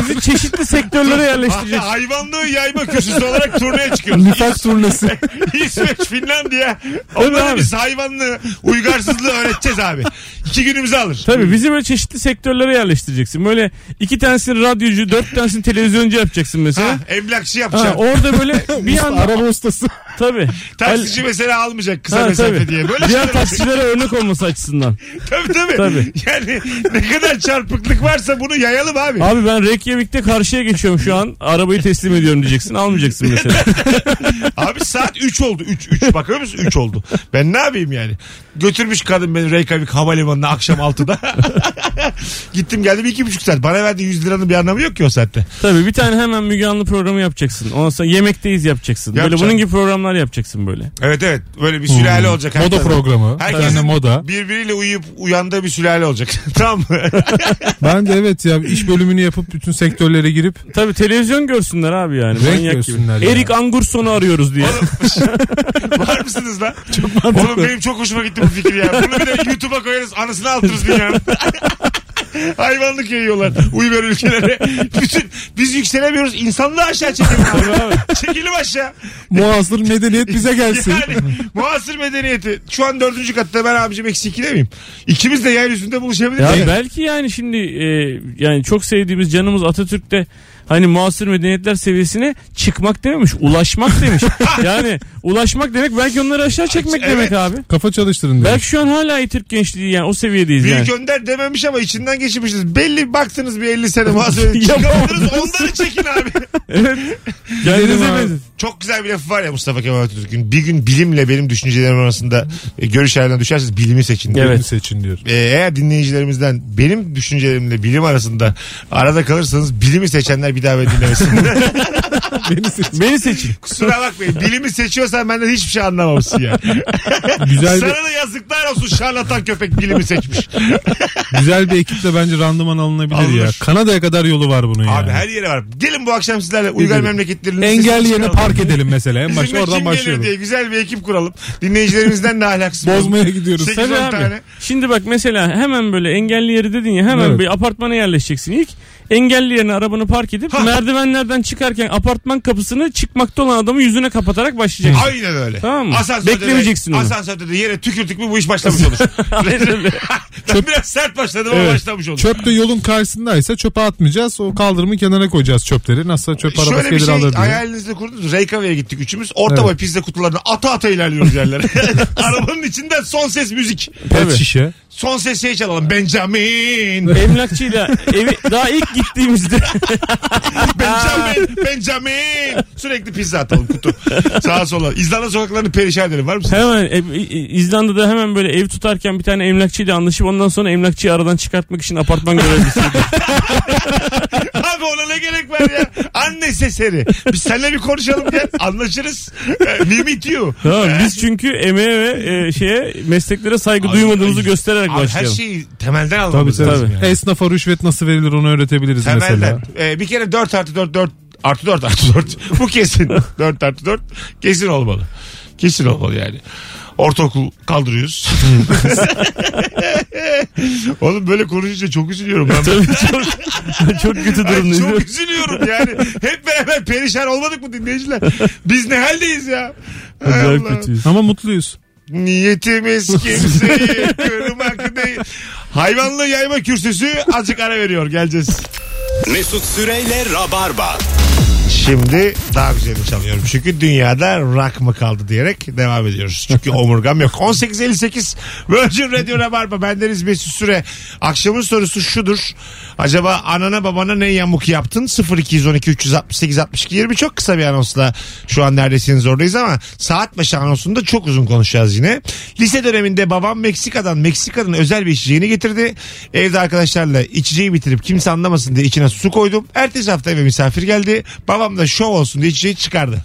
Speaker 4: Bizi çeşitli sektörlere yerleştireceksin.
Speaker 2: Ha, hayvanlığı yayma kürsüsü olarak turneye çıkıyoruz.
Speaker 3: Nifak turnesi.
Speaker 2: İsveç, Finlandiya.
Speaker 4: Tabii
Speaker 2: Onlara
Speaker 4: abi.
Speaker 2: biz hayvanlığı, uygarsızlığı öğreteceğiz abi. İki günümüzü alır.
Speaker 4: Tabii bizi böyle çeşitli sektörlere yerleştireceksin. Böyle iki tanesini radyocu, dört tanesini televizyoncu yapacaksın mesela.
Speaker 2: Ha, emlakçı
Speaker 4: Ha,
Speaker 2: yapacağım.
Speaker 4: orada böyle bir anda
Speaker 3: Araba ustası.
Speaker 4: tabii.
Speaker 2: Taksici mesela almayacak kısa
Speaker 4: Ha,
Speaker 2: mesafe
Speaker 4: tabii.
Speaker 2: diye. Böyle
Speaker 4: Diğer
Speaker 2: şeyler olacak.
Speaker 4: taksicilere örnek olması açısından.
Speaker 2: Tabii tabii.
Speaker 4: Tabii.
Speaker 2: Yani ne kadar çarpıklık varsa bunu yayalım abi.
Speaker 4: Abi ben Reykjavik'te karşıya geçiyorum şu an. Arabayı teslim ediyorum diyeceksin. Almayacaksın mesela.
Speaker 2: Abi saat 3 oldu. 3 3 bakıyor musun? 3 oldu. Ben ne yapayım yani? Götürmüş kadın beni Reykjavik havalimanına akşam 6'da. Gittim geldim 2,5 saat. Bana verdiği 100 liranın bir anlamı yok ki o saatte.
Speaker 4: Tabii bir tane hemen Müge Anlı programı yapacaksın. Ondan sonra yemekteyiz yapacaksın.
Speaker 2: Yapacağım.
Speaker 4: Böyle bunun gibi programlar yapacaksın böyle.
Speaker 2: Evet evet. Böyle bir sülale olacak.
Speaker 3: Moda
Speaker 2: herkes.
Speaker 3: programı. Herkese
Speaker 2: Herkesin
Speaker 3: moda.
Speaker 2: birbiriyle uyuyup uyandığı bir sülale olacak. tamam mı?
Speaker 3: Ben de evet ya iş bölümünü yapıp bütün sektörlere girip
Speaker 4: Tabii televizyon görsünler abi yani.
Speaker 3: Renk
Speaker 4: Manyak
Speaker 3: görsünler
Speaker 4: gibi.
Speaker 3: ya.
Speaker 4: Erik Angurson'u arıyoruz diye.
Speaker 2: Var mısınız lan? Çok Oğlum benim çok hoşuma gitti bu fikir ya. Bunu bir de YouTube'a koyarız anısını altırız dünyanın. Hayvanlık yayıyorlar uygar ülkelere. Bütün biz yükselemiyoruz. İnsanlığı aşağı çekelim. abi. Çekelim aşağı.
Speaker 3: muasır medeniyet bize gelsin.
Speaker 2: Yani muasır medeniyeti. Şu an dördüncü katta ben abicim eksi ikide miyim? İkimiz de yeryüzünde buluşabiliriz.
Speaker 4: Ya
Speaker 2: Yani.
Speaker 4: belki yani şimdi e, yani çok sevdiğimiz canımız Atatürk'te hani muasır medeniyetler seviyesine çıkmak dememiş, ulaşmak demiş. yani ulaşmak demek belki onları aşağı çekmek
Speaker 2: Evet.
Speaker 4: demek abi.
Speaker 3: Kafa çalıştırın demiş.
Speaker 4: Belki şu an hala Türk gençliği yani o seviyedeyiz
Speaker 2: Büyük
Speaker 4: yani.
Speaker 2: Önder dememiş ama içinden geçirmişiz. Belli baktınız bir 50 sene muhasebe. Çıkamadınız onları çekin abi.
Speaker 4: Kendinize
Speaker 3: Gidelim abi.
Speaker 4: benziyor.
Speaker 2: Çok güzel bir laf var ya Mustafa Kemal Atatürk'ün. Bir gün bilimle benim düşüncelerim arasında e, görüş ayrılığına düşerseniz bilimi seçin. diyor.
Speaker 4: Evet.
Speaker 3: Birini seçin diyor.
Speaker 2: E, eğer dinleyicilerimizden benim düşüncelerimle bilim arasında arada kalırsanız bilimi seçenler bir daha beni dinlemesin.
Speaker 3: Beni seçin.
Speaker 4: Beni seçin.
Speaker 2: Kusura bakmayın. Bilimi seçiyorsan benden hiçbir şey anlamamışsın yani.
Speaker 3: Güzel bir,
Speaker 2: Sana da yazıklar olsun şarlatan köpek bilimi seçmiş.
Speaker 3: güzel bir ekiple bence randıman alınabilir
Speaker 2: Alınır.
Speaker 3: ya. Kanada'ya kadar yolu var bunun
Speaker 2: Abi
Speaker 3: yani.
Speaker 2: her yere var. Gelin bu akşam sizlerle uygar
Speaker 3: Gidelim.
Speaker 2: memleketlerinin
Speaker 3: Engel
Speaker 2: sesini
Speaker 3: yerine
Speaker 2: çıkaralım.
Speaker 3: park edelim mesela. En başta
Speaker 2: Bizimle kim
Speaker 3: oradan
Speaker 2: gelir
Speaker 3: başlayalım.
Speaker 2: diye güzel bir ekip kuralım. Dinleyicilerimizden de ahlaksız.
Speaker 3: Bozmaya gidiyoruz.
Speaker 2: Sekiz-
Speaker 4: Tabii
Speaker 2: 110
Speaker 4: abi.
Speaker 2: tane.
Speaker 4: Şimdi bak mesela hemen böyle engelli yeri dedin ya hemen
Speaker 3: Evet.
Speaker 4: bir apartmana yerleşeceksin ilk. engelli yerine arabanı park edip
Speaker 2: Ha.
Speaker 4: merdivenlerden çıkarken apartman kapısını çıkmakta olan adamı yüzüne kapatarak başlayacaksın.
Speaker 2: Aynen öyle.
Speaker 4: Tamam mı?
Speaker 2: Asansörde
Speaker 4: Beklemeyeceksin
Speaker 2: de,
Speaker 4: onu.
Speaker 2: Asansörde de yere tükürdük mü bu iş başlamış olur. ben biraz sert başladım ama
Speaker 3: Evet.
Speaker 2: başlamış olur.
Speaker 3: Çöp de yolun karşısındaysa çöpe atmayacağız. O kaldırımın kenara koyacağız çöpleri. Nasıl çöp arabası
Speaker 2: Şöyle bir
Speaker 3: gelir
Speaker 2: şey
Speaker 3: alır diye.
Speaker 2: hayalinizde kurdunuz. Reykjavik'e gittik üçümüz. Orta
Speaker 3: Evet.
Speaker 2: boy pizza kutularını ata ata ilerliyoruz yerlere. Arabanın içinden son ses müzik.
Speaker 3: Pet şişe.
Speaker 2: Son ses şey çalalım. Benjamin.
Speaker 4: Emlakçıyla evi daha ilk gittiğimizde
Speaker 2: Benjamin. Benjamin. Sürekli pizza atalım kutu. Sağa sola. İzlanda sokaklarını perişan edelim. Var mısın?
Speaker 4: hemen e, e, İzlanda'da hemen böyle ev tutarken bir tane emlakçıyla anlaşıp ondan sonra emlakçıyı aradan çıkartmak için apartman görevlisi.
Speaker 2: Abi ona ne gerek var ya? Anneseseri. Biz seninle bir konuşalım ya. Anlaşırız. Eh, We meet you.
Speaker 4: tamam biz çünkü emeğe ve e, şeye mesleklere saygı
Speaker 2: Abi,
Speaker 4: duymadığımızı
Speaker 2: Ee, ay,
Speaker 4: göstererek
Speaker 2: Abi her şey
Speaker 4: başlayalım.
Speaker 2: şeyi temelden
Speaker 3: Tabii
Speaker 2: almamız
Speaker 3: tabii.
Speaker 2: lazım. yani.
Speaker 3: Esnafa rüşvet nasıl verilir onu öğretebiliriz mesela.
Speaker 2: Temelden. Eh, bir kere 4 artı 4 4 artı 4 artı 4. Bu kesin. 4 artı 4 kesin olmalı. Kesin olmalı yani. Ortaokul kaldırıyoruz. Oğlum böyle konuşunca çok üzülüyorum ben.
Speaker 4: Tabii çok, çok kötü
Speaker 2: Ay,
Speaker 4: durumdayız.
Speaker 2: çok üzülüyorum yani. Hep beraber perişan olmadık mı dinleyiciler? Biz ne haldeyiz ya? Hay
Speaker 4: Acayip
Speaker 2: Allah.
Speaker 4: kötüyüz.
Speaker 3: Ama mutluyuz.
Speaker 2: Niyetimiz kimseyi kırmak değil. Hayvanlı yayma kürsüsü azıcık ara veriyor. Geleceğiz.
Speaker 1: Mesut Süreyle Rabarba.
Speaker 2: Şimdi daha güzelini çalıyorum. Çünkü dünyada rock mı kaldı diyerek devam ediyoruz. Çünkü omurgam yok. 18.58 Virgin Radio Rabarba. Bendeniz Mesut Süre. Akşamın sorusu şudur. Acaba anana babana ne yamuk yaptın? 0212 368 62 20 çok kısa bir anonsla şu an neredesiniz oradayız ama saat başı anonsunda çok uzun konuşacağız yine. Lise döneminde babam Meksika'dan Meksika'nın özel bir içeceğini getirdi. Evde arkadaşlarla içeceği bitirip kimse anlamasın diye içine su koydum. Ertesi hafta eve misafir geldi. Babam da şov olsun diye içeceği çıkardı.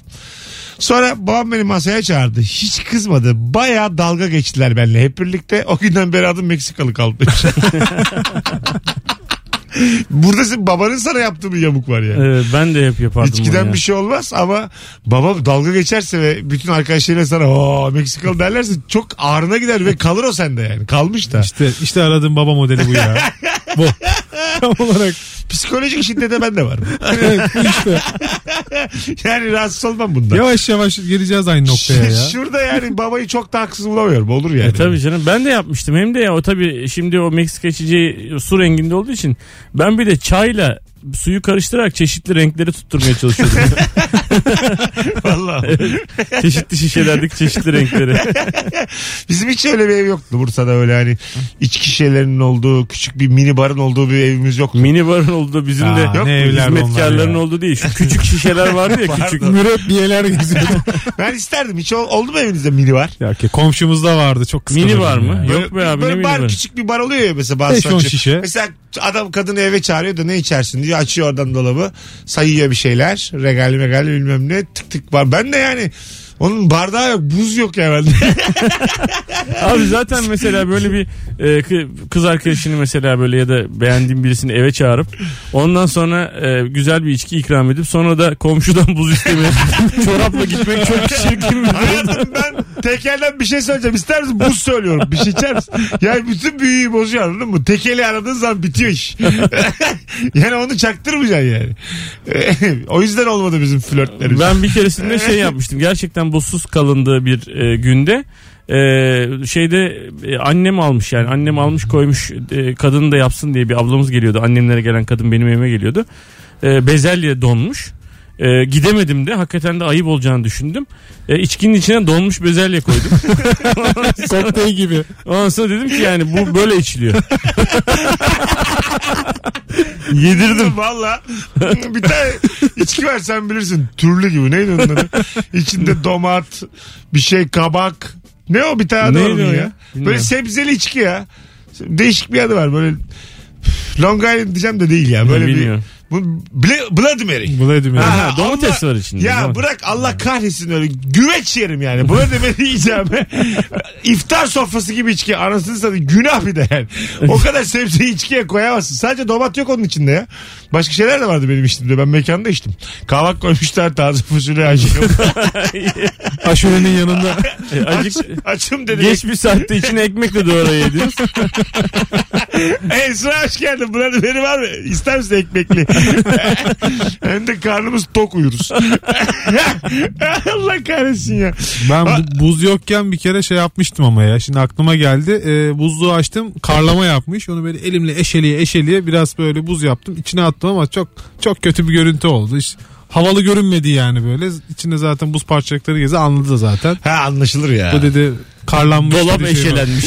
Speaker 2: Sonra babam beni masaya çağırdı. Hiç kızmadı. Baya dalga geçtiler benimle hep birlikte. O günden beri adım Meksikalı kaldı. Burada senin babanın sana yaptığı bir yamuk var yani.
Speaker 4: Ee, ben de hep yapardım
Speaker 2: İçkiden
Speaker 4: onu ya.
Speaker 2: bir şey olmaz ama babam dalga geçerse ve bütün arkadaşlarıyla sana o Meksikalı derlerse çok ağrına gider ve kalır o sende yani. Kalmış da.
Speaker 3: İşte işte aradığım baba modeli bu ya. bu. Tam olarak.
Speaker 2: Psikolojik şiddete ben de varım.
Speaker 3: Evet, bu işte.
Speaker 2: yani rahatsız olmam bundan.
Speaker 3: Yavaş yavaş geleceğiz aynı noktaya ya.
Speaker 2: Şurada yani babayı çok da haksız bulamıyorum. Olur yani.
Speaker 4: E tabii canım ben de yapmıştım hem de ya o tabii şimdi o Meksika içeceği su renginde olduğu için ben bir de çayla suyu karıştırarak çeşitli renkleri tutturmaya çalışıyordum.
Speaker 2: Vallahi.
Speaker 4: çeşitli şişelerdeki çeşitli renkleri.
Speaker 2: Bizim hiç öyle bir ev yoktu Bursa'da öyle hani içki şeylerinin olduğu küçük bir mini barın olduğu bir evimiz yoktu.
Speaker 4: Mini barın olduğu bizim
Speaker 3: Aa,
Speaker 4: de
Speaker 3: ne
Speaker 4: yok mu?
Speaker 3: evler bunlar
Speaker 4: hizmetkarların
Speaker 3: ya.
Speaker 4: olduğu değil. Şu küçük şişeler vardı ya küçük.
Speaker 2: Pardon.
Speaker 3: Mürebbiyeler geziyordu.
Speaker 2: Ben isterdim. Hiç ol- oldu mu evinizde mini bar?
Speaker 3: ya ki komşumuzda vardı çok kıskanırdım.
Speaker 4: Mini var mı?
Speaker 3: ya.
Speaker 4: Yok be abi,
Speaker 2: böyle
Speaker 4: ne mini
Speaker 2: bar,
Speaker 4: barı?
Speaker 2: küçük bir bar oluyor ya mesela bazı
Speaker 3: Beş, on
Speaker 2: sanatçı-
Speaker 3: şişe.
Speaker 2: Mesela adam kadını eve çağırıyor da ne içersin diyor. Açıyor oradan dolabı. Sayıyor bir şeyler. Regal megal bilmem ne. Tık tık var. Ben de yani onun bardağı yok. Buz yok ya bende.
Speaker 4: Abi zaten mesela böyle bir e, kı- kız arkadaşını mesela böyle ya da beğendiğim birisini eve çağırıp ondan sonra e, güzel bir içki ikram edip sonra da komşudan buz istemeye çorapla gitmek çok çirkin bir durum.
Speaker 2: Hayatım ben tekelden bir şey söyleyeceğim. İster misin? Buz söylüyorum. Bir şey içer misin? Yani bütün büyüyü bozuyor anladın mı? Tekeli aradığın zaman bitiyor iş. yani onu çaktırmayacaksın yani. o yüzden olmadı bizim flörtlerimiz.
Speaker 4: Ben bir keresinde şey yapmıştım. Gerçekten buzsuz kalındığı bir e, günde e, şeyde e, annem almış yani annem almış koymuş e, kadın da yapsın diye bir ablamız geliyordu. Annemlere gelen kadın benim evime geliyordu. E, bezelye donmuş. E, gidemedim de hakikaten de ayıp olacağını düşündüm. E, içkinin içine donmuş bezelye koydum.
Speaker 3: Kokteyl gibi.
Speaker 4: Ondan sonra dedim ki yani bu böyle içiliyor. Yedirdim.
Speaker 2: Valla bir tane içki var sen bilirsin. Türlü gibi neydi onun adı? İçinde domat, bir şey kabak. Ne o bir tane adı var
Speaker 4: Neydi
Speaker 2: onun ya?
Speaker 4: o ya?
Speaker 2: Böyle
Speaker 4: Bilmiyorum.
Speaker 2: sebzeli içki ya. Değişik bir adı var böyle. Long Island diyeceğim de değil ya. Böyle bir
Speaker 4: Bilmiyorum.
Speaker 2: bu Bla- Bloody Mary.
Speaker 3: Vladimir.
Speaker 2: Ha,
Speaker 4: Ha, domates var içinde.
Speaker 2: Ya
Speaker 4: Domates.
Speaker 2: bırak Allah kahretsin öyle. Güveç yerim yani. Buna demeni yiyeceğim. İftar sofrası gibi içki. Anasını satayım. Günah bir de yani. O kadar sebzeyi içkiye koyamazsın. Sadece domat yok onun içinde ya. Başka şeyler de şey vardı benim içimde. Ben mekanda içtim. Kavak koymuşlar. Taze fasulye aşkım.
Speaker 3: Aşurenin yanında.
Speaker 4: E,
Speaker 2: Aç,
Speaker 4: acık
Speaker 2: açım dedi.
Speaker 4: geç bir saatte içine ekmekle doğru yediniz.
Speaker 2: Hey Esra hoş geldin. Burada beni var mı? İster misin ekmekli? Hem de karnımız tok uyuruz. Allah kahretsin ya.
Speaker 3: Ben bu- buz yokken bir kere şey yapmıştım ama ya. Şimdi aklıma geldi. Ee, buzluğu açtım. Karlama yapmış. Onu böyle elimle eşeliye eşeliye biraz böyle buz yaptım. İçine attım ama çok çok kötü bir görüntü oldu. İşte havalı görünmedi yani böyle. İçinde zaten buz parçacıkları gezi anladı da zaten.
Speaker 2: Ha anlaşılır ya.
Speaker 3: Bu dedi karlanmış.
Speaker 4: Dolap
Speaker 3: dedi şey var.
Speaker 4: eşelenmiş.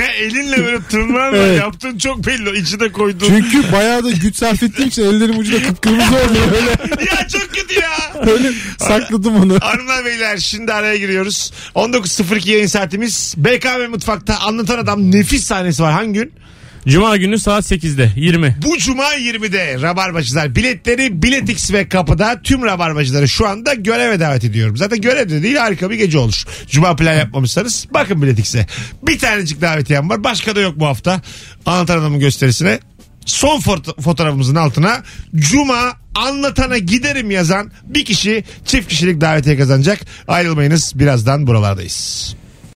Speaker 2: ya elinle böyle tırnağınla
Speaker 3: Evet.
Speaker 2: yaptığın çok belli. İçine koyduğun.
Speaker 3: Çünkü bayağı da güç sarf ettiğim için ellerim ucu da kıpkırmızı oldu. Böyle,
Speaker 2: Ya çok kötü ya.
Speaker 3: böyle sakladım onu.
Speaker 2: Hanımlar beyler şimdi araya giriyoruz. 19.02 yayın saatimiz. BKM Mutfak'ta anlatan adam nefis sahnesi var. Hangi gün?
Speaker 4: Cuma günü saat 8'de 20.
Speaker 2: Bu cuma 20'de Rabarbacılar biletleri Biletix ve kapıda tüm Rabarbacıları şu anda göreve davet ediyorum. Zaten görev de değil harika bir gece olur. Cuma plan yapmamışsanız bakın Biletix'e. Bir tanecik davetiyem var başka da yok bu hafta. Anlatan Adam'ın gösterisine. Son foto- fotoğrafımızın altına Cuma anlatana giderim yazan bir kişi çift kişilik davetiye kazanacak. Ayrılmayınız birazdan buralardayız.